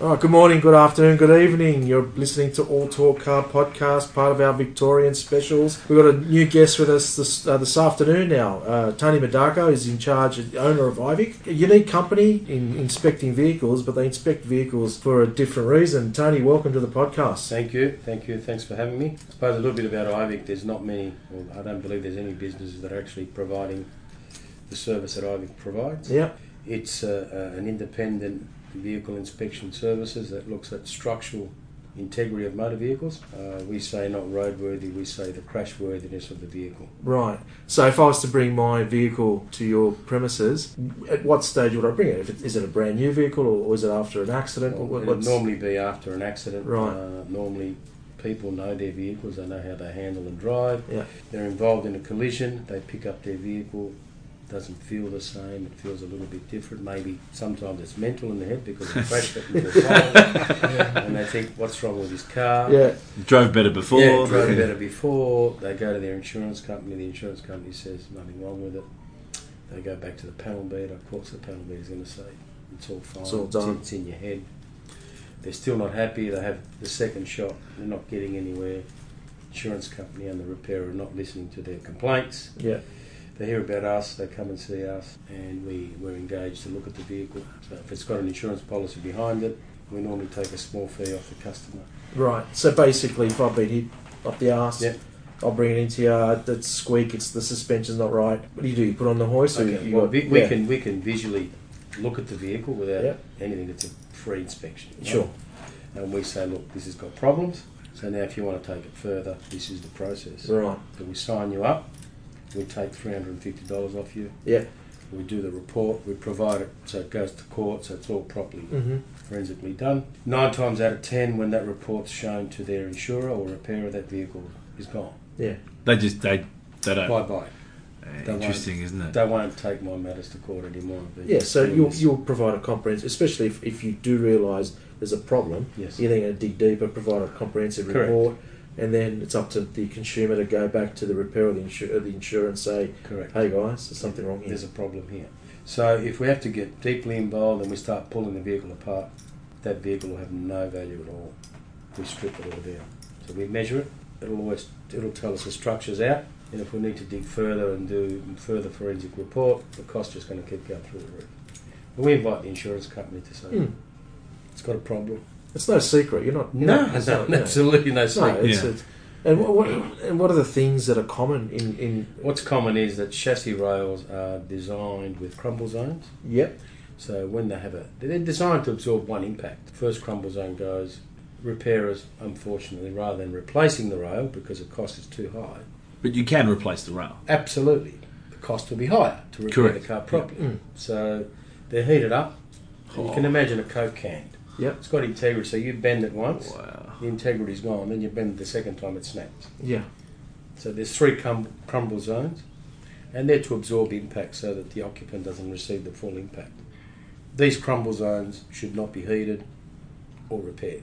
All right, Oh, good morning, good afternoon, good evening. You're listening to All Talk Car podcast, part of our Victorian specials. We've got a new guest with us this, uh, this afternoon now. Uh, Tony Madarko is in charge, the owner of IVIC. A unique company in inspecting vehicles, but they inspect vehicles for a different reason. Tony, welcome to the podcast. Thank you, thank you, thanks for having me. I suppose a little bit about IVIC, there's not many, well, I don't believe there's any businesses that are actually providing the service that IVIC provides. Yep, It's uh, uh, an independent vehicle inspection services that looks at structural integrity of motor vehicles. Uh, we say not roadworthy, we say the crashworthiness of the vehicle. right. So if I was to bring my vehicle to your premises, at what stage would I bring it? If it is it a brand new vehicle or, or is it after an accident? What- It would what's- normally be after an accident. Right. Uh, normally, people know their vehicles, they know how they handle and drive. Yeah. They're involved in a collision, they pick up their vehicle. Doesn't feel the same. It feels a little bit different. Maybe sometimes it's mental in the head because it crashed it into a pole, and they think, "What's wrong with this car?" yeah, Drove better before. Yeah, drove better before. They go to their insurance company. The insurance company says nothing wrong with it. They go back to the panel beat. Of course, the panel beat is going to say it's all fine. It's all done." in- It's in your head. They're still not happy. They have the second shot. They're not getting anywhere. Insurance company and the repairer are not listening to their complaints. yeah. They hear about us. They come and see us, and we we're engaged to look at the vehicle. So if it's got an insurance policy behind it, we normally take a small fee off the customer. Right. So basically, if I've been hit up the arse, Yeah. I'll bring it into you. uh, That squeak. It's the suspension's not right. What do you do? You put on the hoist, or Okay, you well, got- vi- we yeah. can we can visually look at the vehicle without Yeah. anything. It's a free inspection. right? Sure. And we say, look, this has got problems. So now, if you want to take it further, this is the process. Right. So we sign you up. We take three hundred and fifty dollars off you. Yeah. We do the report. We provide it, so it goes to court. So it's all properly Mm-hmm. forensically done. Nine times out of ten, when that report's shown to their insurer or repairer, that vehicle is gone. Yeah. They just they they don't. Bye eh, bye. Interesting, isn't it? They won't take my matters to court anymore. But Yeah. So doing you'll this- you'll provide a comprehensive, especially if, if you do realise there's a problem. Yes. You're then going to dig deeper, provide a comprehensive Correct. report, and then it's up to the consumer to go back to the repair of the, insur- of the insurance, say, Correct. "Hey guys, there's something wrong here." There's a problem here. So if we have to get deeply involved and we start pulling the vehicle apart, that vehicle will have no value at all. We strip it all down. So we measure it. It'll always it'll tell us the structures out. And if we need to dig further and do further forensic report, the cost is going to keep going through the roof. And we invite the insurance company to say Hmm. it's got a problem. It's no secret. You're not. No, it's no, not- yeah. absolutely no. No, secret. it's, Yeah. it's, and what, what and what are the things that are common in in What's common is that chassis rails are designed with crumble zones. Yep. So when they have a, they're designed to absorb one impact. First crumble zone goes. Repairers, unfortunately, rather than replacing the rail because the cost is too high, But you can replace the rail. absolutely, the cost will be higher to repair Correct. the car properly. Mm. So they're heated up. And You can Oh. imagine a coke can. Yep. It's got integrity, so you bend it once, Oh, Wow. the integrity's gone. Then you bend it the second time, it snaps. Yeah. So there's three cum- crumble zones, and they're to absorb impact so that the occupant doesn't receive the full impact. These crumble zones should not be heated or repaired,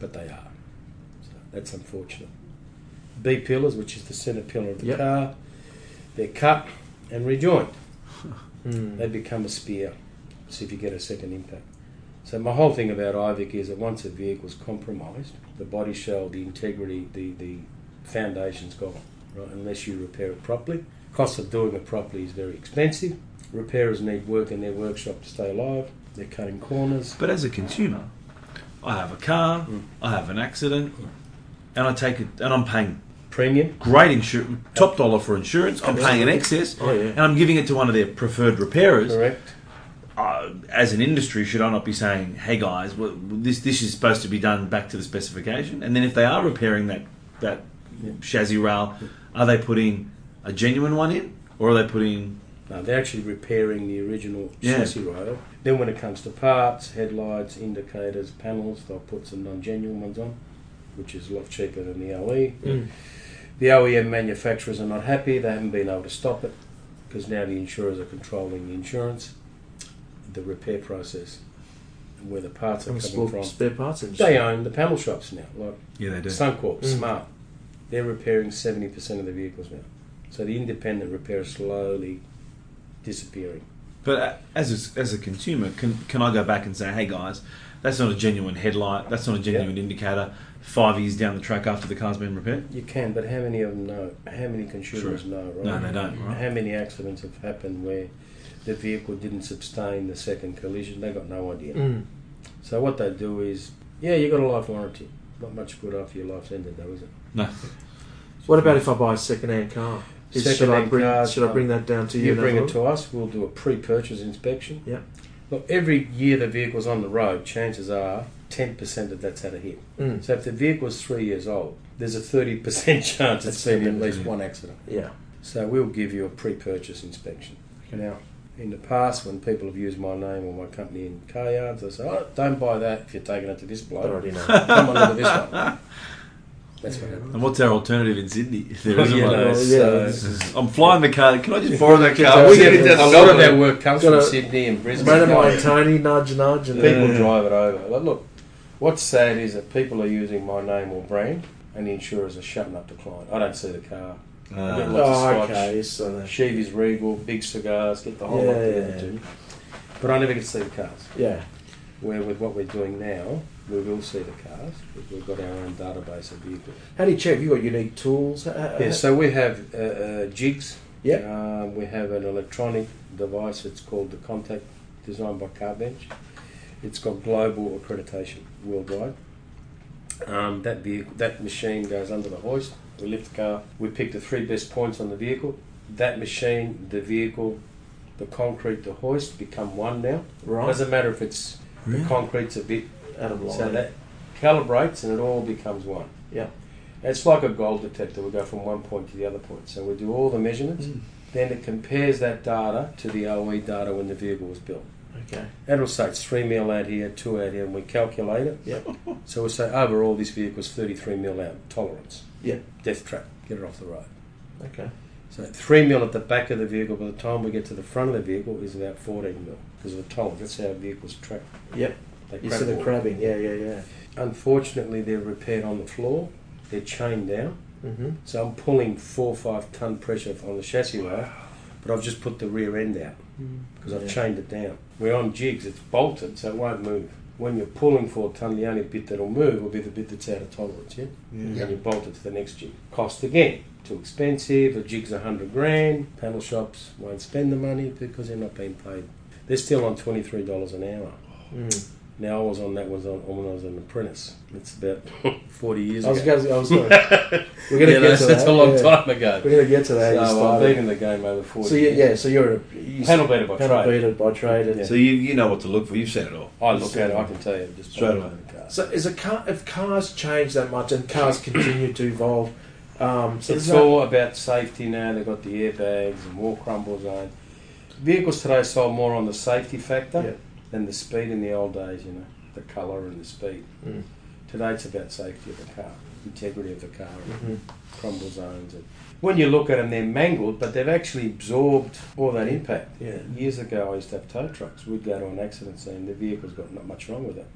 but they are. So that's unfortunate. B pillars, which is the centre pillar of the Yep. car, they're cut and rejoined. Mm. They become a spear, so if you get a second impact. So my whole thing about IVIC is that once a vehicle's compromised, the body shell, the integrity, the, the foundation's gone, right? Unless you repair it properly. Cost of doing it properly is very expensive. Repairers need work in their workshop to stay alive. They're cutting corners. But as a consumer, I have a car, I have an accident, and I take it, and I'm paying Premium. great insurance, top dollar for insurance. I'm paying an excess, Oh, yeah. and I'm giving it to one of their preferred repairers. Correct. Uh, as an industry, should I not be saying, "Hey guys, w- w- this this is supposed to be done back to the specification"? And then if they are repairing that that chassis rail, are they putting a genuine one in, or are they putting No, they're actually repairing the original Yeah. chassis rail. Then when it comes to parts, headlights, indicators, panels, they'll put some non-genuine ones on, which is a lot cheaper than the E. OE. Mm. The OEM manufacturers are not happy. They haven't been able to stop it because now the insurers are controlling the insurance, the repair process, and where the parts are And coming sport- from. spare parts industry. They own the panel shops now, like yeah they do Suncorp, Mm. Smart. They're repairing 70% of the vehicles now. So the independent repair is slowly disappearing. But uh, as a, as a consumer, can can I go back and say, hey guys, that's not a genuine headlight. That's not a genuine indicator. Five years down the track after the car's been repaired, You can, but how many of them know? How many consumers True. know, right? no, they don't. Right? How many accidents have happened where the vehicle didn't sustain the second collision? They got no idea. Mm. So what they do is, yeah, you got a life warranty. Not much good after your life's ended, though, is it? No. What about if I buy a second-hand car? Is- should I Second-hand bring cars, should I bring um, that down to you? You and bring have it a to us. We'll do a pre-purchase inspection. Yeah. Look, every year the vehicle's on the road, chances are ten percent of that's had a hit. look? Mm. So if the vehicle's three years old, there's a thirty percent chance it's That's been in something, at least yeah. one accident. Yeah. So we'll give you a pre-purchase inspection. Okay. Now, in the past, when people have used my name or my company in car yards, they say, "Oh, don't buy that if you're taking it to this I bloke. already know. Come and look at this one." That's what happens. And what's our alternative in Sydney if there isn't You one? know, yeah, so- this I'm flying the car. Can I just borrow that car? Yeah, we yeah, get yeah. a lot of our that work comes Gotta- from Sydney and Mate Brisbane. of mine, Tony, nudge, nudge, and And people. people drive it over. Like, look, what's sad is that people are using my name or brand, and the insurers are shutting up the client. I don't see the car. Uh, Oh, okay. So that- Chevy's Regal, big cigars, get the whole Yeah, lot together yeah. too. But I never get to see the cars. yeah. Where with what we're doing now, we will see the cars. because We've got our own database of vehicles. How do you check? Have you got unique tools? H- h- Yeah, so we have uh, uh, jigs. Yeah. Um, we have an electronic device. It's called the Contact, designed by Carbench. It's got global accreditation worldwide. Um, that vehicle, that machine goes under the hoist. We lift the car. We pick the three best points on the vehicle. That machine, the vehicle, the concrete, the hoist become one now. right. Doesn't matter if it's the concrete's a bit out of line. so that calibrates and it all becomes one. Yeah. It's like a gold detector. We go from one point to the other point. So we do all the measurements. Mm. Then it compares that data to the OE data when the vehicle was built. okay. And it'll say it's three mil out here, two out here, and we calculate it. Yep. So we say "Oh, overall this vehicle's 33 mil out tolerance. Yeah. Death trap. Get it off the road. Okay. So three mil at the back of the vehicle. By the time we get to the front of the vehicle, is about 14 mil because of the tolerance. That's how vehicles track. Yep. They You crab see the walk. crabbing. Yeah, yeah, yeah. Unfortunately, they're repaired on the floor. They're chained down. Mm-hmm. So I'm pulling four or five ton pressure on the chassis rail, but I've just put the rear end out because I've Mm. Yeah. chained it down. We're on jigs, it's bolted, so it won't move. When you're pulling four ton, the only bit that'll move will be the bit that's out of tolerance, yeah? And you bolt it to the next jig. Cost again, too expensive, a jig's a hundred grand, panel shops won't spend the money because they're not being paid. They're still on twenty three dollars an hour. Mm. Now I was on that was on when I was an apprentice. It's about forty years I was ago. going. I was going. We're Yeah, going to get that's, to that's that. a long yeah. time ago. We're going to get to that. You So I've started. been in the game over 40 so you, years. yeah. So you're a you Panel beater by panel trade. beater by trade. And Yeah. So you, you know what to look for. You've said it all. I look at it, I can tell you. Just Straight by away. the car. So is a car if cars change that much and cars continue to evolve, um, so It's that- all about safety now. They've got the airbags and more crumble zone. Vehicles today sold more on the safety factor Yeah. than the speed in the old days, you know, the colour and the speed. Mm. Today it's about safety of the car, integrity of the car, Mhm. crumble zones. And when you look at them, they're mangled, but they've actually absorbed all that impact. Yeah. Years ago, I used to have tow trucks. We'd go to an accident scene, the vehicle's got not much wrong with it.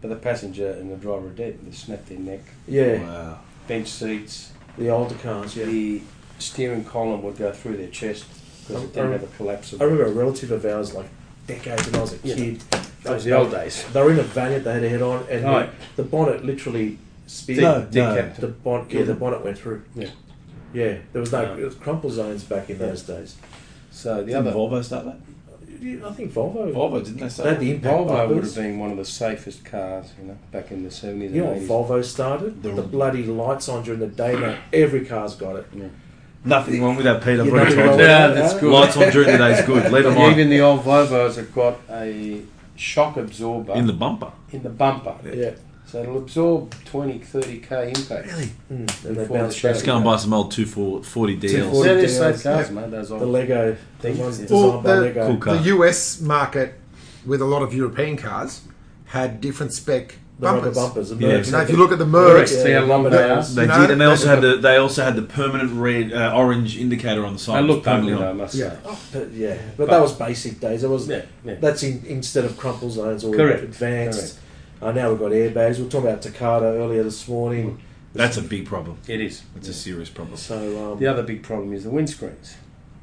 But the passenger and the driver are dead. They snapped their neck, Yeah. Wow. bench seats, The older cars. Yeah. the steering column would go through their chest because it didn't have a collapse. I remember a relative of ours like decades when I was a Yeah. kid. That was the old days. They were in a van that they had a head on, and Right. the, the bonnet literally spit. No, Dick no. Captain. The bon- yeah, the bonnet went through. Yeah. Yeah, there was no, No. it was crumple zones back in those days. So the Didn't other Volvo start that? You- I think Volvo. Volvo, didn't they They start had that? the impact Volvo would bumpers. have been one of the safest cars, you know, back in the seventies You and know what eighties. Volvo started? The- The, bloody lights on during the day. Now every car's got it. Nothing wrong with that, Peter. You What are know you what talking I about? mean? that's Uh, good. Lights on during the day is good. Leave them on. Even the old Volvos have got a shock absorber In the bumper. in the bumper, Yeah. so it'll absorb 20, 30 k impact. Mm, and they Before bounced the back. Let's go and buy some old 240 So DLs. 240. they're deals, safe cars, yeah. mate. Those The old. Lego. The Things, ones yeah. designed Well, by the- Lego. Cool car. The US market, with a lot of European cars, had different spec The rubber bumpers. bumpers. the Yeah. Mercs. You know, if you look at the Mercs, See how long rubber they are. bands. They No, did, and they they also just had got- the they also had the permanent red uh, orange indicator on the side. I looked ugly, permanently though, I on. must Yeah. say. But, yeah, but Oh, that was basic days. It was Yeah, yeah. that's in, instead of crumple zones or Correct, advanced. Uh, now we've got airbags. We were talking about Takata earlier this morning. That's a big problem. It is. It's a serious problem. So um, The other big problem is the windscreens.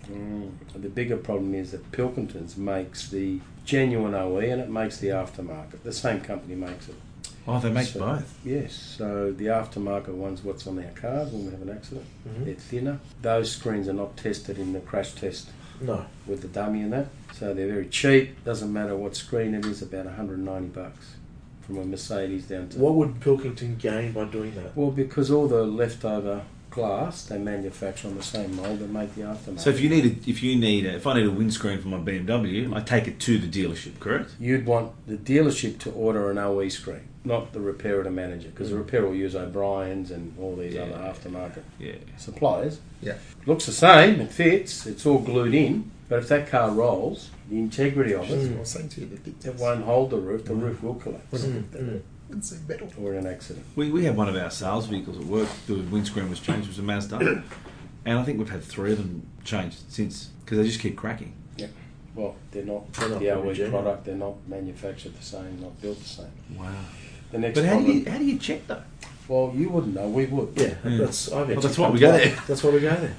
The bigger problem is that Pilkingtons makes the genuine OE and it makes the aftermarket. The same company makes it. Oh, they make So- both. Yes, so the aftermarket one's what's on our cars when we have an accident. Mhm. They're thinner. Those screens are not tested in the crash test No. with the dummy and that, so they're very cheap. Doesn't matter what screen it is, about 190 bucks from a Mercedes down to. What would Pilkington gain by doing that? Well, because all the leftover glass they manufacture on the same mold that make the aftermarket. So if you need a, if you need a, if I need a windscreen for my BMW, I take it to the dealership, correct? you'd want the dealership to order an OE screen, not the repairer to manager, because the repairer will use O'Brien's and all these Mm-hmm. Yeah. other aftermarket Yeah. suppliers. Yeah. Looks the same, it fits, it's all glued in, but if that car rolls, the integrity of it, Mm. I was saying to you, the big it won't hold the roof, the roof will collapse Mm-hmm. Mm. Wouldn't seem metal. or in an accident. We, we had one of our sales vehicles at work. The windscreen was changed. It was a Mazda, and I think we've had three of them changed since because they just keep cracking. Well, they're not, They're not the very OE genuine. product, they're not manufactured the same, not built the same. Wow. The next But how do problem- you how do you check though? well, you wouldn't know, we would. Yeah, Yeah. that's I've Well, actually that's why come we go to- there. That's why we go there.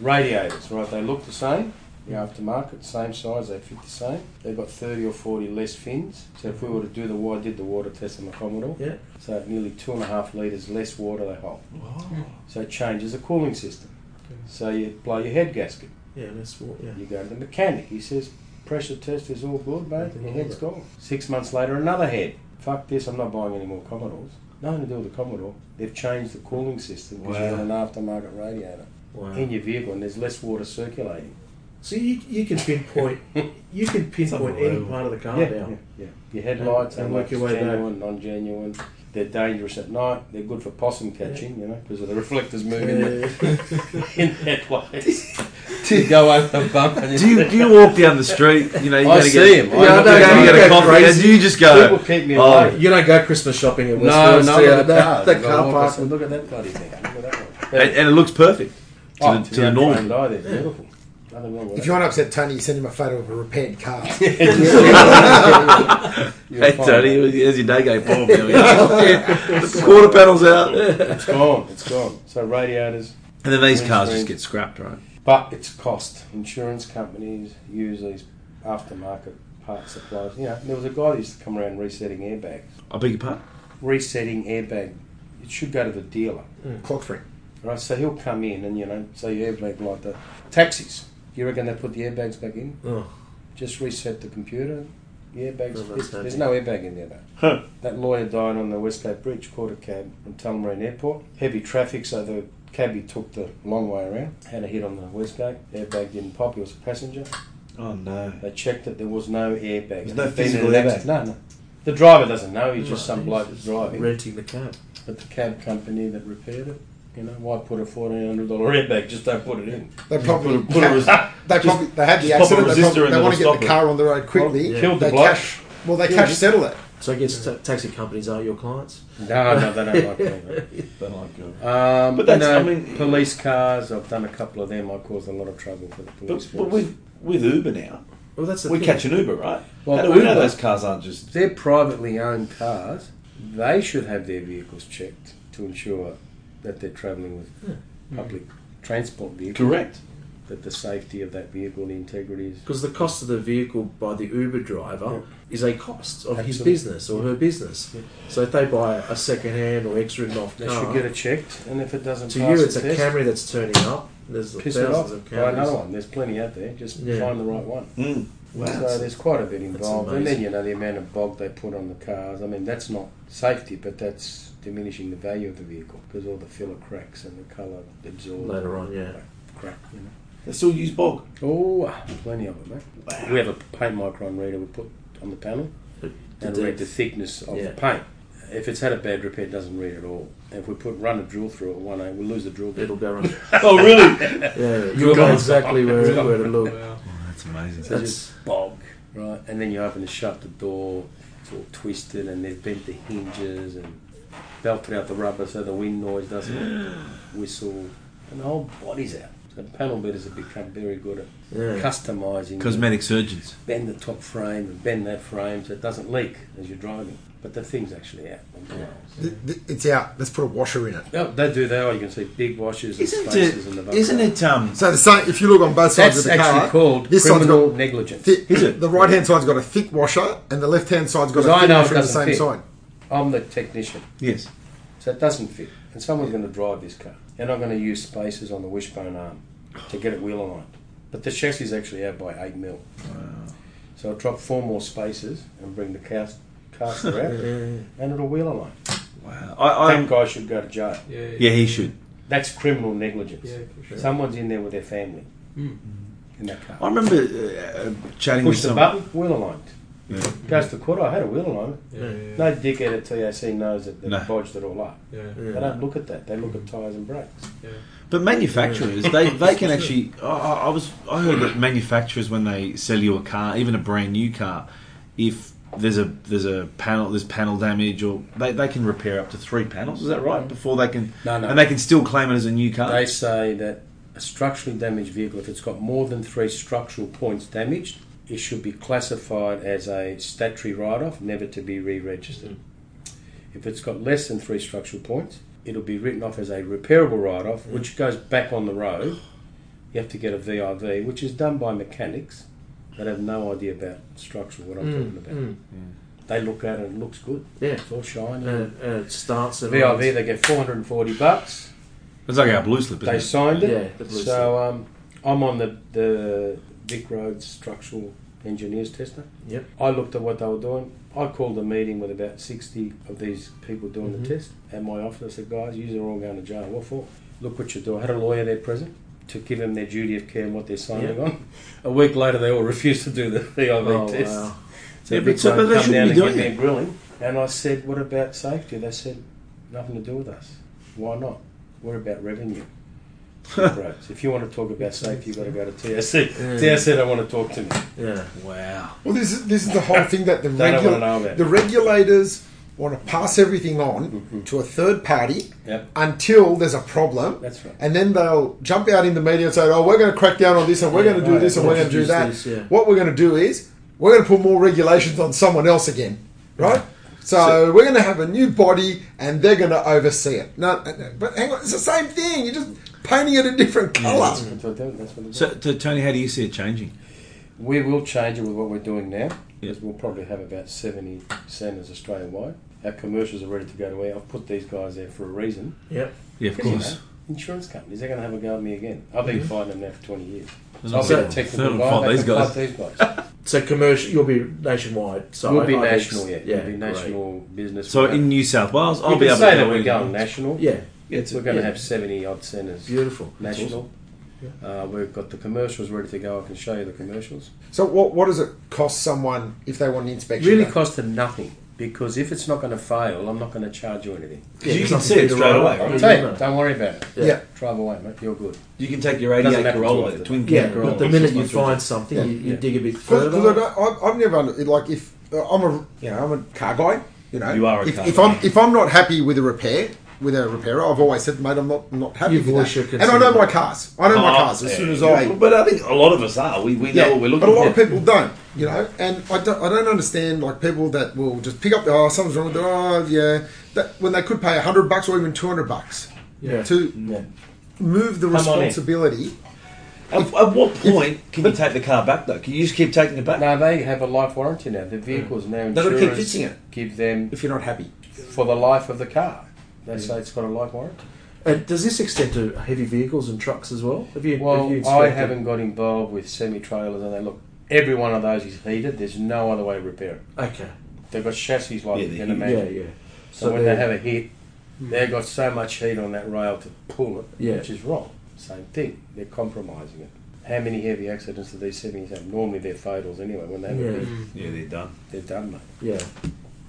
Radiators, right? They look the same. The aftermarket, same size, they fit the same. They've got 30 or 40 less fins. So if we were to do the water, I did the water test on the Commodore. Yeah. So nearly two and a half litres less water they hold. Oh. So it changes the cooling system. Okay. So you blow your head gasket. Yeah, that's what. Yeah. You go to the mechanic. He says, pressure test is all good, mate. Nothing Your wrong head's with it." gone. Six months later, another head. Fuck this, I'm not buying any more Commodores. Nothing to do with the Commodore. They've changed the cooling system because you Wow. had an aftermarket radiator Wow. in your vehicle and there's less water circulating. So you, you can pinpoint you can pinpoint any unbelievable. part of the car yeah, now. yeah, yeah. Your headlights And and work like your way back. genuine, non-genuine. They're dangerous at night. They're good for possum catching, you know, because of the reflectors Uh, moving in headlights. you go over the bump and Do you, do you walk down the street? You know, you're I gonna see get, him. You're I gonna know, you get go a coffee, crazy. and you just people go. keep me Oh, away. You don't go Christmas shopping at no, Westfield. no, see, the, that- car, that car park. Look at that bloody thing. Look at that one. And, and it looks perfect to Oh, the, to the normal. outrained eye there, beautiful. Nothing wrong with If that. you want to upset Tony, you send him a photo of a repaired car. Mm, You'll Hey find Tony, that. how's your day going, Paul? yeah, the quarter panels out, and it's gone. It's gone. So radiators, then these Windscreen. cars just get scrapped, right? But it's cost. Insurance companies use these aftermarket part supplies. You know, there was a guy that used to come around resetting airbags. I beg your pardon. Resetting airbag, it should go to the dealer, Clock frame. right? So he'll come in and you know, say your airbag like the taxis. You reckon they put the airbags back in? Oh. Just reset the computer. The airbags. Oh, that's there's handy. no airbag in there though. That lawyer died on the Westgate Bridge, caught a cab from Tullamarine Airport. Heavy traffic, so the cabbie took the long way around. Had a hit on the Westgate. Airbag didn't pop. He was a passenger. Oh no. They checked that there was no airbag. There's no It'd been physical an accident. No, no. The driver doesn't know. He's just some Right. bloke that's driving. renting the cab. But the cab company that repaired it, you know, why put a fourteen hundred dollar airbag? Just don't put it in. They probably, put a- put a res- they probably they had the just pop a accident. They, resistor probably, and they want to it'll get the stop car on the road quickly. Yeah. Killed the They bloke. cash. Well, they Yeah. cash settle it. So I guess ta taxi companies aren't your clients. No, no, they don't like that. uh, Um, But but that's- you know, I mean- police cars. I've done a couple of them. I caused a lot of trouble for the police. But, force. but with with Uber now, Well, that's the we thing. catch an Uber, right? Well, How do we know Uber- those cars aren't just? they're privately owned cars, they should have their vehicles checked to ensure that they're travelling with Mm-hmm. public transport vehicles, Correct. that the safety of that vehicle, the integrity is. Because the cost of the vehicle by the Uber driver is a cost of his Absolutely. business or her business. So if they buy a second-hand or ex-ridden off They car, should get it checked, and if it doesn't to pass you the it's a test, Camry that's turning up. There's piss it off. thousands of Buy another Camrys. one. There's plenty out there. Just Yeah. find the right one. Mm. so there's quite a bit involved, and then amazing. you know the amount of bog they put on the cars. I mean, that's not safety, but that's diminishing the value of the vehicle because all the filler cracks and the colour absorbs Later on, yeah. crack. You know. They still use bog. Oh, plenty of it, mate. We have a paint micron reader we put on the panel The and read depth. the thickness of Yeah. the paint. If it's had a bad repair, it doesn't read at all. If we put run a drill through it, one A, we'll lose the drill bit. It'll go wrong. oh really? Yeah, yeah. you'll know exactly where, where to look. That's amazing. That's Bog. Right, and then you open and shut the door, it's all twisted and they've bent the hinges and belted out the rubber so the wind noise doesn't whistle. And the whole body's out. So panel beaters have become very good at Yeah. customising. Cosmetic surgeons. Bend the top frame and bend that frame so it doesn't leak as you're driving. But the thing's actually out. On cars. Th- th- It's out. Let's put a washer in it. Oh, they do that. Oh, you can see big washes and Isn't spaces in the it? bumper. Isn't it? Um, So the same, if you look on both sides That's of the actually car, called this side's criminal got negligence. thi- Is it? the right hand side's got a thick washer, and the left hand side's got a Because I thick know it washer on the doesn't same fit. side. I'm the technician, yes. so it doesn't fit. And someone's going to drive this car, and I'm going to use spaces on the wishbone arm to get it wheel aligned. But the chassis is actually out by eight mil. So I'll drop four more spaces and bring the cast, caster out, and it'll wheel align. Wow. I, That I, guy should go to jail. Yeah, yeah, he should. That's criminal negligence. Yeah, for sure. Hmm. Someone's in there with their family in that car. I remember uh, chatting with Push the button, someone. wheel aligned. Yeah. Goes to quarter. I had a wheel alignment. Hmm. Yeah, yeah, No dickhead at TAC knows that they've No. bodged it all up. yeah. Hmm. Yeah. They don't look at that. They look at tyres and brakes. But manufacturers, they, they can actually. I, I I was I heard that manufacturers when they sell you a car, even a brand new car, if there's a there's a panel there's panel damage or they, they can repair up to three panels. Is that right? Before they can Mm. No, no. and they can still claim it as a new car. They say that a structurally damaged vehicle, if it's got more than three structural points damaged, it should be classified as a statutory write off, never to be re registered. If it's got less than three structural points, it'll be written off as a repairable write off, which goes back on the road. You have to get a VIV, which is done by mechanics that have no idea about structural, what I'm talking about. Mm. They look at it and it looks good. Yeah. It's all shiny. And, and it starts at VIV, they get 440 bucks. it's like our blue slip. Isn't They it? signed Yeah, it. the blue so um, I'm on the, the Vic Roads structural engineers tester. Yep. I looked at what they were doing. I called a meeting with about 60 of these people doing Mhm. the test at my office. I said, guys, you are all going to jail. What for? Look what you're doing. I had a lawyer there present to give them their duty of care and what they're signing Yeah. on. A week later, they all refused to do the VIV Oh, test. wow. So Yeah, Vic but- so- Roads but they come shouldn't down be and give doing me a it. grilling. And I said, what about safety? They said, nothing to do with us. Why not? We're about revenue. Roads. If you want to talk about safety, you've got to go to TSC. Yeah. TSC don't want to talk to me. Yeah. Wow. Well, this is this is the whole thing that the They don't want to regula- know about the it. regulators want to pass everything on Mhm. to a third party Yep. until there's a problem. That's right. And then they'll jump out in the media and say, "Oh, we're going to crack down on this, and we're Yeah, going to do right. this, and we're going to do Introduce that." this, yeah. What we're going to do is we're going to put more regulations on someone else again, right? So, we're going to have a new body, and they're going to oversee it. No, no, no, but hang on, it's the same thing. You're just painting it a different color. That's what they're- that's what they're So, to Tony, how do you see it changing? We will change it with what we're doing now. Yeah. Because We'll probably have about 70 centres Australia wide. Our commercials are ready to go to air. I've put these guys there for a reason. Yep. Yeah, of 'Cause, you course. know, insurance companies, they're going to have a go at me again. I've been fighting them now for 20 years. There's So I've no been a third technical and guy. fourth, They these can fight guys. these guys. So commercial, you'll be nationwide. So we'll I- be I think- national, yeah. We'll be great. national business. So We'll in New South Wales, I'll have- be you able can say to that go we're in. going national. Yeah. Yeah, it's We're a, going to Yeah. have 70 odd centres. Beautiful. That's National. Uh, we've got the commercials ready to go. I can show you the commercials. So what what does it cost someone if they want an It inspection? really done? costed nothing because if it's not going to fail, I'm not going to charge you anything. Yeah, you it's can not see it the straight right away. way. right? I'll tell you, no. don't worry about it. Yeah. yeah. Drive away, mate. You're good. You can take your Doesn't 88 matter Corolla, to us. the twin Yeah, cam Corolla. but the minute you find something, you, you Yeah. dig a bit Because I further. don't- I've, I've never under, like if uh, I'm a you know I'm a car guy. You know, You are a if, car if guy. I'm if I'm not happy with a repair with a repairer, I've always said, mate, I'm not I'm not happy. You with voice your that. And I know concern. my cars. I know my Oh, cars. As yeah. soon as Well, I But I think a lot of us are. We, we know what we're looking but a lot of for. people don't. You know, and I don't, I don't understand like people that will just pick up the oh something's wrong with it oh yeah that when they could pay hundred bucks or even two hundred bucks Yeah. to move the Come on in. responsibility. At, at what point can you take the car back though? Can you just keep taking it back? No, they have a life warranty now. The vehicle's now They don't insurance. keep fixing it. Give them If you're not happy, for the life of the car. They say it's got a life warranty. And does this extend to heavy vehicles and trucks as well? Have you? Well, have you I inspected- haven't got involved with semi-trailers, and they look. Every one of those is heated. There's no other way to repair it. Okay. They've got chassis like Yeah, you they- can imagine. Yeah, yeah. So, So when they they're- Hmm. have a hit, they've got so much heat on that rail to pull it, Yeah. which is wrong. Same thing. They're compromising it. How many heavy accidents do these semis have? Normally they're fatals anyway. When they have Yeah. a hit, Yeah, they're done. they're done, mate. Yeah.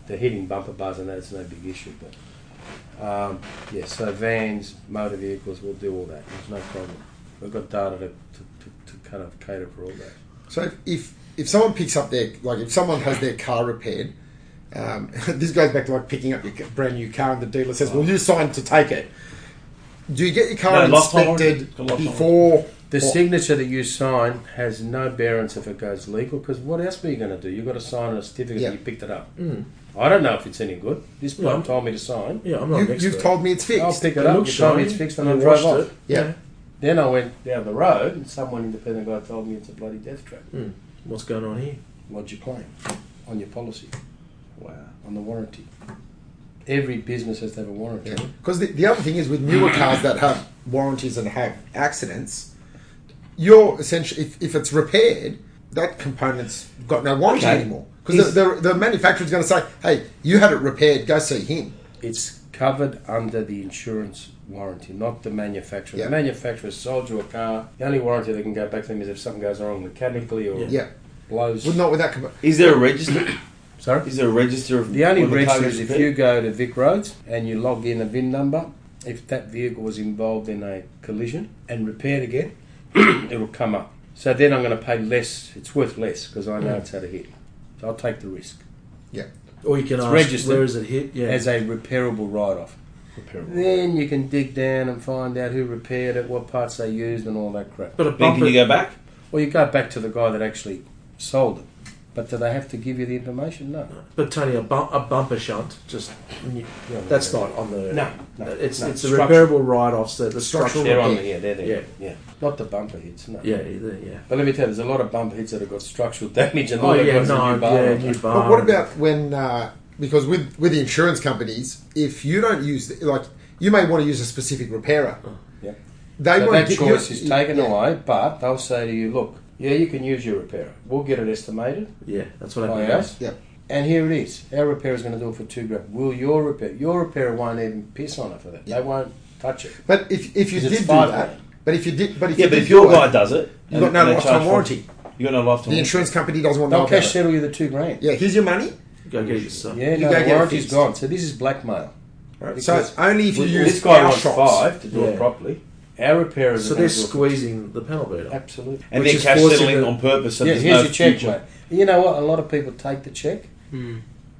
They're hitting bumper bars and that's no big issue. But um, yeah, so vans, motor vehicles will do all that. There's no problem. We've got data to, to, to, to kind of cater for all that. So if, if if someone picks up their like if someone has their car repaired, um, this goes back to like picking up your ca- brand new car and the dealer says, "Well, you signed to take it." Do you get your car No, lifetime warranty. inspected It's got lifetime before? The Well- signature that you sign has no bearance if it goes legal because what else were you going to do? You've got to sign a certificate Yeah. that you picked it up. Mm. I don't know if it's any good. This bloke No. told me to sign. Yeah, I'm not. an You, expert. you've told me it's I'll fixed. pick it It up. looks You told me shiny. it's fixed and I You drove washed off. it. Yeah. Then I went down the road and someone independent guy told me it's a bloody death trap. Mm. What's going on here? Lodge your claim on your policy, Wow. on the warranty. Every business has to have a warranty. Because the, the other thing is with newer cars that have warranties and have accidents, you're essentially if, if it's repaired, that component's got no warranty Okay. anymore. Because Is- the, the, the manufacturer's going to say, "Hey, you had it repaired. Go see him." It's covered under the insurance warranty, not the manufacturer. Yeah. The manufacturer sold you a car. The only warranty that can go back to them is if something goes wrong mechanically or Yeah. Yeah, blows. well, not with that. compo- Is there a register? Sorry? Is there a register of The only when car register gets is if repaired? you go to Vic Roads and you log in a VIN number, if that vehicle was involved in a collision and repaired again, it'll come up. So then I'm going to pay less. It's worth less because I know it's had a hit. So I'll take the risk Yeah, Or you can It's ask registered. where is it hit? Yeah. as a repairable write-off. Then you can dig down and find out who repaired it, what parts they used, and all that crap. but a Then bumper. can you go back? Well, you go back to the guy that actually sold it. But do they have to give you the information? No. But Tony, a, bump, a bumper shunt just that's not on the. No, no, it's no. it's the Structure. repairable write-offs. The, the structural. Structural They're on Yeah. here. They're there. Yeah. yeah. Not the bumper hits. No. Yeah, yeah, yeah. But let me tell you, there's a lot of bumper hits that have got structural damage and Oh all that yeah, goes in no, your Oh, bar. yeah, new bar. But Um, what about when? Uh, because with with the insurance companies, if you don't use the, like, you may want to use a specific repairer. Oh, Yeah. So They won't that give you- choice is taken yeah. away, but they'll say to you, look, yeah, you can use your repairer. We'll get it estimated Yeah, that's what by happened. us. Yeah. And here it is. Our repairer is going to do it for two grand. Will your repair? Your repairer won't even piss on it for that. Yeah. They won't touch it. But if if you 'Cause did it's do five that, grand. but if you did, but if Yeah, you but did if your do it, guy does it, you and- got no and they charge lifetime for- warranty. You got no lifetime. The warranty. insurance company doesn't want to know They'll about cash it. settle you the two grand. Yeah, here's your money. Go get it yourself. Yeah, You no, go the get it warranty's fixed. gone. So this is blackmail. So Because it's only if you we- use this guy our wants shops. five to do Yeah. it properly. Our repairers So are going they're to do it for squeezing the panel beater. Absolutely. and which then is cash forcing settling the- on purpose. So yeah, there's here's no your check, future. mate. You know what? A lot of people take the check,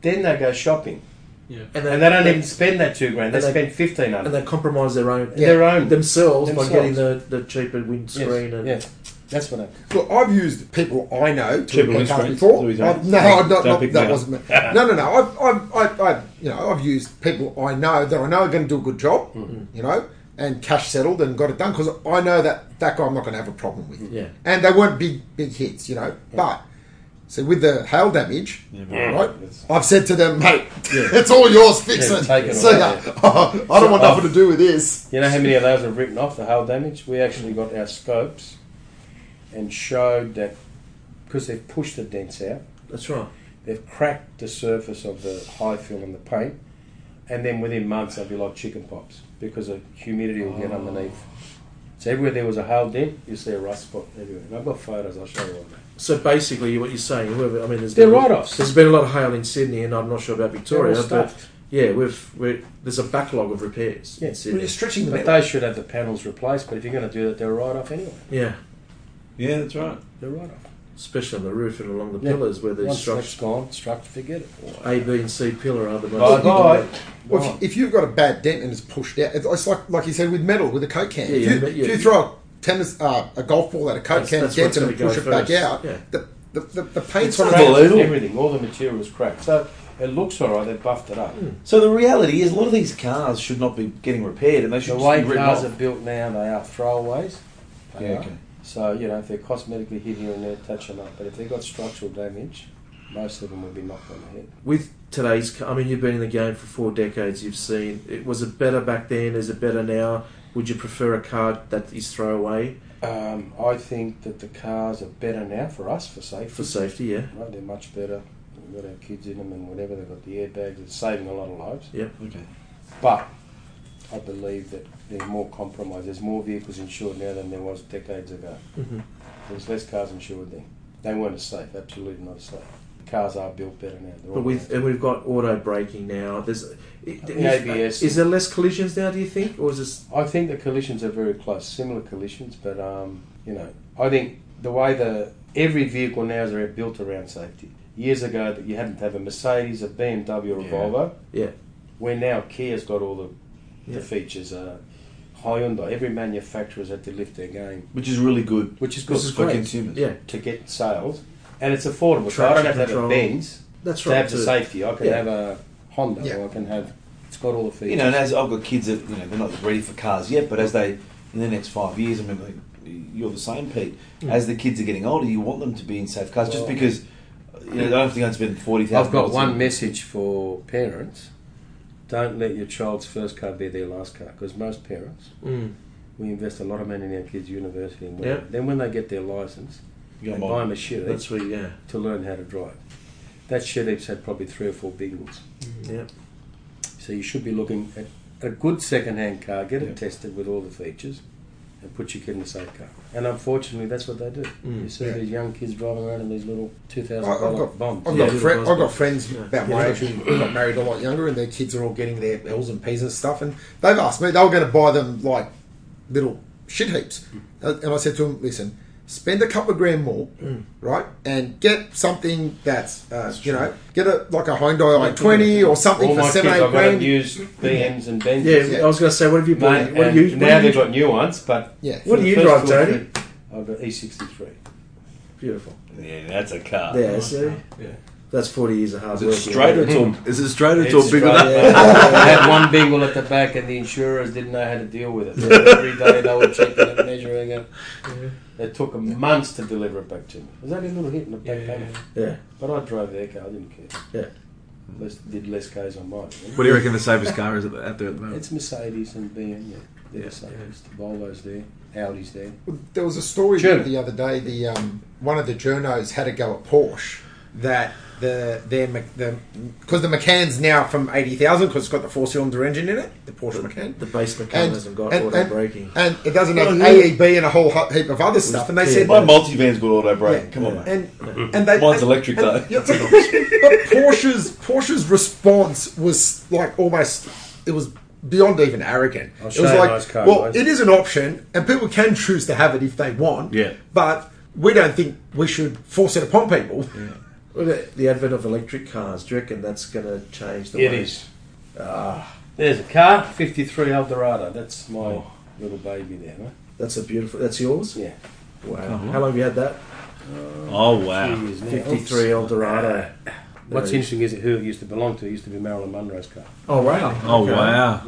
then they go shopping, they, and they don't even spend that two grand. They, And they- spend fifteen and hundred. they compromise their own Their own. themselves, by getting Themselves. the, the cheaper windscreen and yeah, that's what I. Look, I've used people I know to Cheaper repair cars windscreens? before. Louis, I've, don't- no, don't- I've not, don't not- pick that me up. wasn't me. No, no, no. I've, I've, I've, I've, you know, I've used people I know that I know are going to do a good job. You know, and cash settled and got it done because I know that that guy I'm not going to have a problem with. Yeah. and they weren't big big hits, you know. But so with the hail damage, Yeah. right? Yes. I've said to them, mate, it's all yours. Fix Yeah, it. take it So, away, yeah, yeah. I don't want So, nothing to do with this. You know how many of those have written off the hail damage? We actually got our scopes and showed that because they've pushed the dents out, that's right. they've cracked the surface of the high fill and the paint, and then within months they'll be like chicken pops because the humidity will get underneath. So everywhere there was a hail dent, you see a rust spot everywhere. And I've got photos. I'll show you one. day. So basically, what you're saying, whoever, I mean, there's They're been- write-offs. There's been a lot of hail in Sydney, and I'm not sure about They're all Victoria, but stuffed. yeah, we've we're, there's a backlog of repairs Yeah. in Well, you're Sydney. stretching the But metal. they should have the panels replaced. But if you're going to do that, they're right off anyway. Yeah, Yeah, that's right. They're right off. especially on the roof and along the Yeah. pillars where there's Once that's structure. gone, structure, forget it. A, B, and C pillar are the Bye most. bye. Well, if, if you've got a bad dent and it's pushed out, it's, it's like like you said with metal with a coke can. Yeah, if, yeah, you, but yeah. if you throw a tennis uh, a golf ball at a coke That's- can, that's dent what's it and gonna push go it back first. out, Yeah. the, the, the, the paint's It's on cracked, unbelievable. Everything, all the material was cracked. So it looks all right. They've buffed it up. So the reality is, a lot of these cars should not be getting repaired, and they should The just way be written cars off. are built now, they are throwaways. They Yeah, are. okay. So you know, if they're cosmetically hit here and there, touch them up. But if they've got structural damage, most of them will be knocked on the head. With today's, ca- I mean, you've been in the game for four decades. You've seen it was it better back then? Is it better now? Would you prefer a card that is throwaway Um, I think that the cars are better now for us for safety. for safety? Yeah, Right, they're much better. We've got our kids in them and whatever. They've got the airbags. It's saving a lot of lives. Okay. But I believe that there's more compromise. There's more vehicles insured now than there was decades ago. Mhm. There's less cars insured then. They weren't as safe. Absolutely not as safe. Cars are built better now. They're but all with made. and we've got auto braking now. There's it, The ABS. Is there less collisions now? Do you think, or is this I think the collisions are very close, similar collisions. But um, you know, I think the way the every vehicle now is around- built around safety. Years ago, that you had to have a Mercedes, a BMW, or a Yeah. Volvo. Yeah. Where now Kia's got all the, Yeah. the features. Uh, Hyundai, every manufacturer's had to lift their game, which is really good which is good This is for great. consumers. Yeah, to get sales, and it's affordable. so I Traction don't have to have control. a Benz that's to right. have the too. safety. I can Yeah. have a Honda. Yeah. Or I can have. It's got all the features. You know, and as I've got kids that you know they're not ready for cars yet, but as they in the next five years, I mean, like, you're the same, Pete. As the kids are getting older, you want them to be in safe cars, just Hmm. Well- because you know they don't have to go and spend forty thousand. I've got one message for parents: don't let your child's first car be their last car, because most parents Mm. we invest a lot of money in our kids' university and Yeah. whatever. Then when they get their license, You they got buy mine. them a shit heap That's where yeah, to learn how to drive. That shit heap's had probably three or four big ones. yeah. So you should be looking at a good second-hand car, get it Yeah. tested with all the features, and put your kid in a safe car. And unfortunately, that's what they do. Mm. You see Yeah. these young kids driving around in these little two thousand I- I've dollar got, bombs. I've, Yeah, got little friend, I've got Bosbos. friends Yeah. about Yeah. my age who got married a lot younger, and their kids are all getting their L's and P's and stuff. And they've asked me, they were going to buy them like little shit heaps. Uh, And I said to them, listen, spend a couple of grand more, right, and get something that's, uh, you know, get a like a Hyundai i20 or something All for my kids, seven, I've eight got them grand. used BMs and Benzes. Yeah, I was going to say, what have you bought? Mate, what have and you? now What have you they've got new ones, but Yeah. What do the you first drive, two or Tony? three, I've got E E63. Beautiful. Yeah, that's a car. Yeah, see, Uh, Yeah. that's forty years of hard Is work. it straight or it's all? Is it straight or it's, all It's bigger? straight, Than Yeah. I had one bingle at the back, and the insurers didn't know how to deal with it. So every day they were checking it, measuring it. It took 'em months to deliver it back to me. It was only a little hit in the back panel, yeah. but I drove their car. I didn't care. Yeah. Less, did less goes on mine. you know? What do you reckon the safest car is out there at the moment? It's Mercedes and BMW. They're Yeah. the safest. The Volvo's there, Audi's there. There was a story Sure. the other day. The um, one of the journos had a go at Porsche that the their Mc- the because the McCann's now from eighty thousand because it's got the four cylinder engine in it, the Porsche McCann, The base mechanism and hasn't got and, auto and- braking. and it doesn't have Oh, yeah. AEB and a whole ho- heap of other stuff. And they clear. said, My multivan's got auto brake. Yeah. Come on, mate. and and they Mm-hmm. Mine's and- electric, and- though. yeah, but Porsche's Porsche's response was like almost it was beyond even arrogant. I'll it show was you a like, nice car, well, guys. it is an option, and people can choose to have it if they want. Yeah. but we don't think we should force it upon people. Well, the, the advent of electric cars, do you reckon that's going to change the It way? is. Ah. There's a car, 53 Eldorado. That's my Oh. little baby there, no? That's a beautiful. That's yours. Yeah. Wow. Uh-huh. How long have you had that? Oh wow. He is now. Fifty-three Eldorado. What's There interesting is who it used to belong to. It used to be Marilyn Monroe's car. Oh wow. Oh Okay. wow.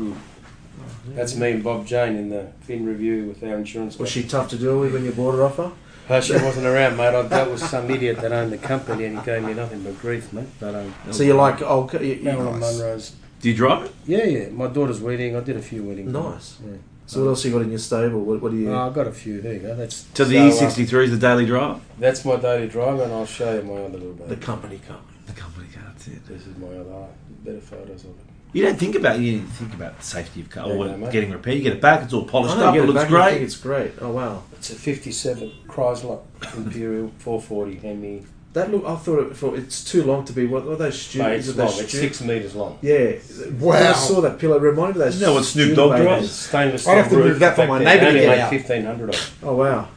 That's me and Bob Jane in the Fin review with our insurance. Was company. she tough to deal with when you bought her off her? Oh, she wasn't around, mate. I, that was some idiot that owned the company and he gave me nothing but grief, mate. But um, So you like old? ca- You, you, Marilyn nice. Monroe's. Do you drive it? Yeah, yeah. My daughter's wedding. I did a few weddings. Nice. Yeah. So what else you got in your stable? What, what do you? Oh, I've got a few. There you go. That's So E the uh, E63 is the daily drive. that's my daily driver, and I'll show you my other little baby. the company car. The company car. That's it. This is my other better photos of it. You don't think about you didn't think about the safety of car Yeah, or no, mate. getting repaired. You get it back. It's all polished I know, up. you It get looks back and you think great. It's great. Oh wow. It's a 57 Chrysler Imperial 440 Hemi. That look. I thought it. For, it's too long to be. What are those Mate, students? it's long. It's six meters long. Yeah. Wow. When I saw that pillow. it Reminded me of those. You know what Snoop student Dogg babies. drives? Stainless I'd steel have to roof move that for back my then. neighbour They to only get made out. 1500 of them. Oh wow.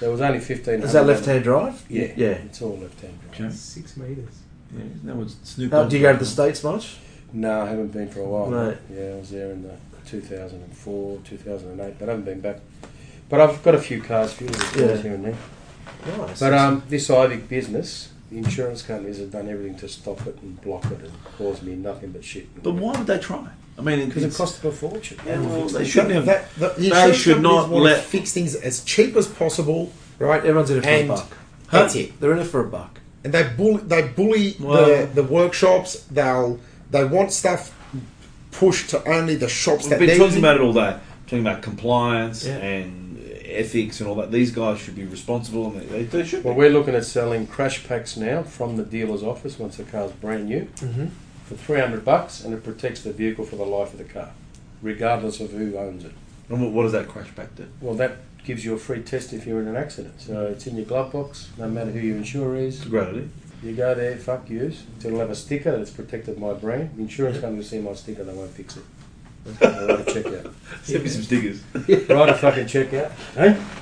There was only 1500. Is that of them. left-hand drive? Yeah. Yeah. It's all left hand drive. Okay. Six meters. Yeah, that was Snoop. How, Dogg. do you go to the states much? No, I haven't been for a while. Right. Yeah, I was there in the 2004, 2008, but I haven't been back. But I've got a few cars, few little cars Yeah. here and there. Nice. But um, this IVIC business, the insurance companies have done everything to stop it and block it and cause me nothing but shit. But why would they try? I mean, Because it it's- cost them a fortune. Yeah, well, they That- shouldn't have. that- the They insurance should companies not want to let- fix things as cheap as possible. right, everyone's in it for and- a buck. That's it. They're in it for a buck. and they bully they bully Well- the, the workshops. They'll they want stuff pushed to only the shops We've that been they're talking using. about it all day. Talking about compliance Yeah. and ethics and all that. These guys should be responsible, and they, they should. Be. Well, we're looking at selling crash packs now from the dealer's office once the car's brand new Mhm. for 300 bucks and it protects the vehicle for the life of the car, regardless of who owns it. and what, what does that crash back do? Well, that gives you a free test if you're in an accident. So it's in your glove box, no matter who your insurer It's is. a great idea. You go there, fuck yous. It'll have a sticker that's protected my brand. The insurance company will see my sticker, they won't fix it. They'll write a check out. Send me some stickers. Write a fucking check out.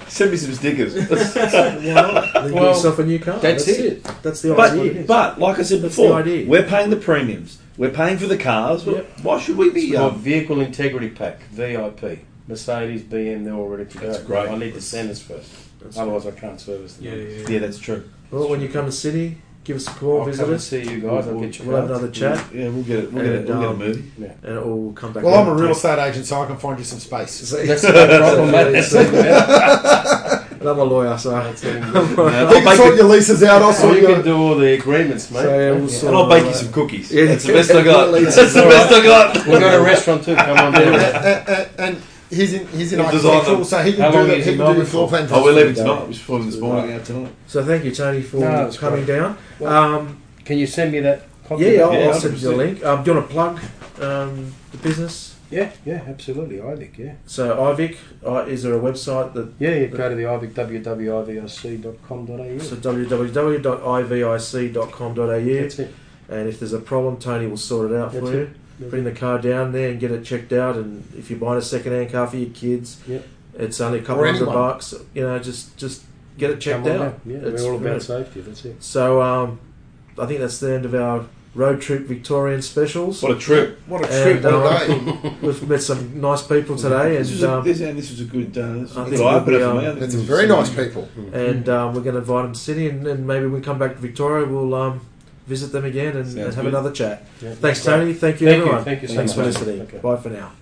Send me some stickers. Why not? Then get Well, yourself a new car. That's, it. That's the idea. but but like I said That's the before, idea. we're paying the premiums. We're paying for the cars. Yep. Why should we be? It's called Um, Vehicle Integrity Pack, VIP. Mercedes, BM, they're all ready to That's go. great. I need the centres first, That's otherwise I can't service them. Yeah, yeah. Yeah, that's true. Well, when you come to Sydney, give us a I'll call, come visit and us. see you guys. I'll get you We'll have cards. another chat, Yeah, we'll get it. We'll And, get it. We'll get a um, movie. and it will come back. Well, I'm a around. real estate agent, so I can find you some space. That's the problem, mate. That's the problem. And I'm a lawyer, so That's even good. I'm a- You can sort your leases out. I'll So sort oh, you your. can do all the agreements, mate. So, yeah, we'll Yeah. sort and I'll bake you uh, some cookies. yeah. that's the best I got. Yeah. That's the best I got. We've got a restaurant too. Come on Uh, down. uh, uh, and he's in he's in He'll design architectural, them. so he How can long do that. is it He can do mine the floor for? plan. Oh, we're first. leaving tonight. We should fly this morning out tonight. So thank you, Tony, for No, it's coming down. Well- um, Can you send me that copy? yeah, of yeah, that? I'll, Yeah, I'll send you the 100%. link. Um, do you want to plug um, the business? yeah, yeah, absolutely. IVIC, yeah. So, IVIC, uh, is there a website that Yeah, you go to the IVIC, www.ivic.com.au. so www.ivic.com.au? That's it. And if there's a problem, Tony will sort it out That's for it. you. Bring the car down there and get it checked out. And if you're buying a second-hand car for your kids, Yep. it's only a couple Or hundred anyone. bucks. You know, just just get it checked Come on out. down. Yeah, It's- we're all yeah. about safety. That's it. So um, I think that's the end of our road trip Victorian specials. What a trip! What a And, trip! What a uh, day! We've met some nice people today, This was and a, um, this, and this was a good. Uh, this was I a think good we'll eye-opener be, for um, me. I think That's this was very something- nice people. and um, we're going to invite them to Sydney, and, and maybe when we come back to Victoria, we'll um, visit them again and, Sounds and have good. another chat. Yeah. Thanks, Tony. Thank you, Thank you. everyone. Thank you so Thanks for much. listening. Okay. Bye for now.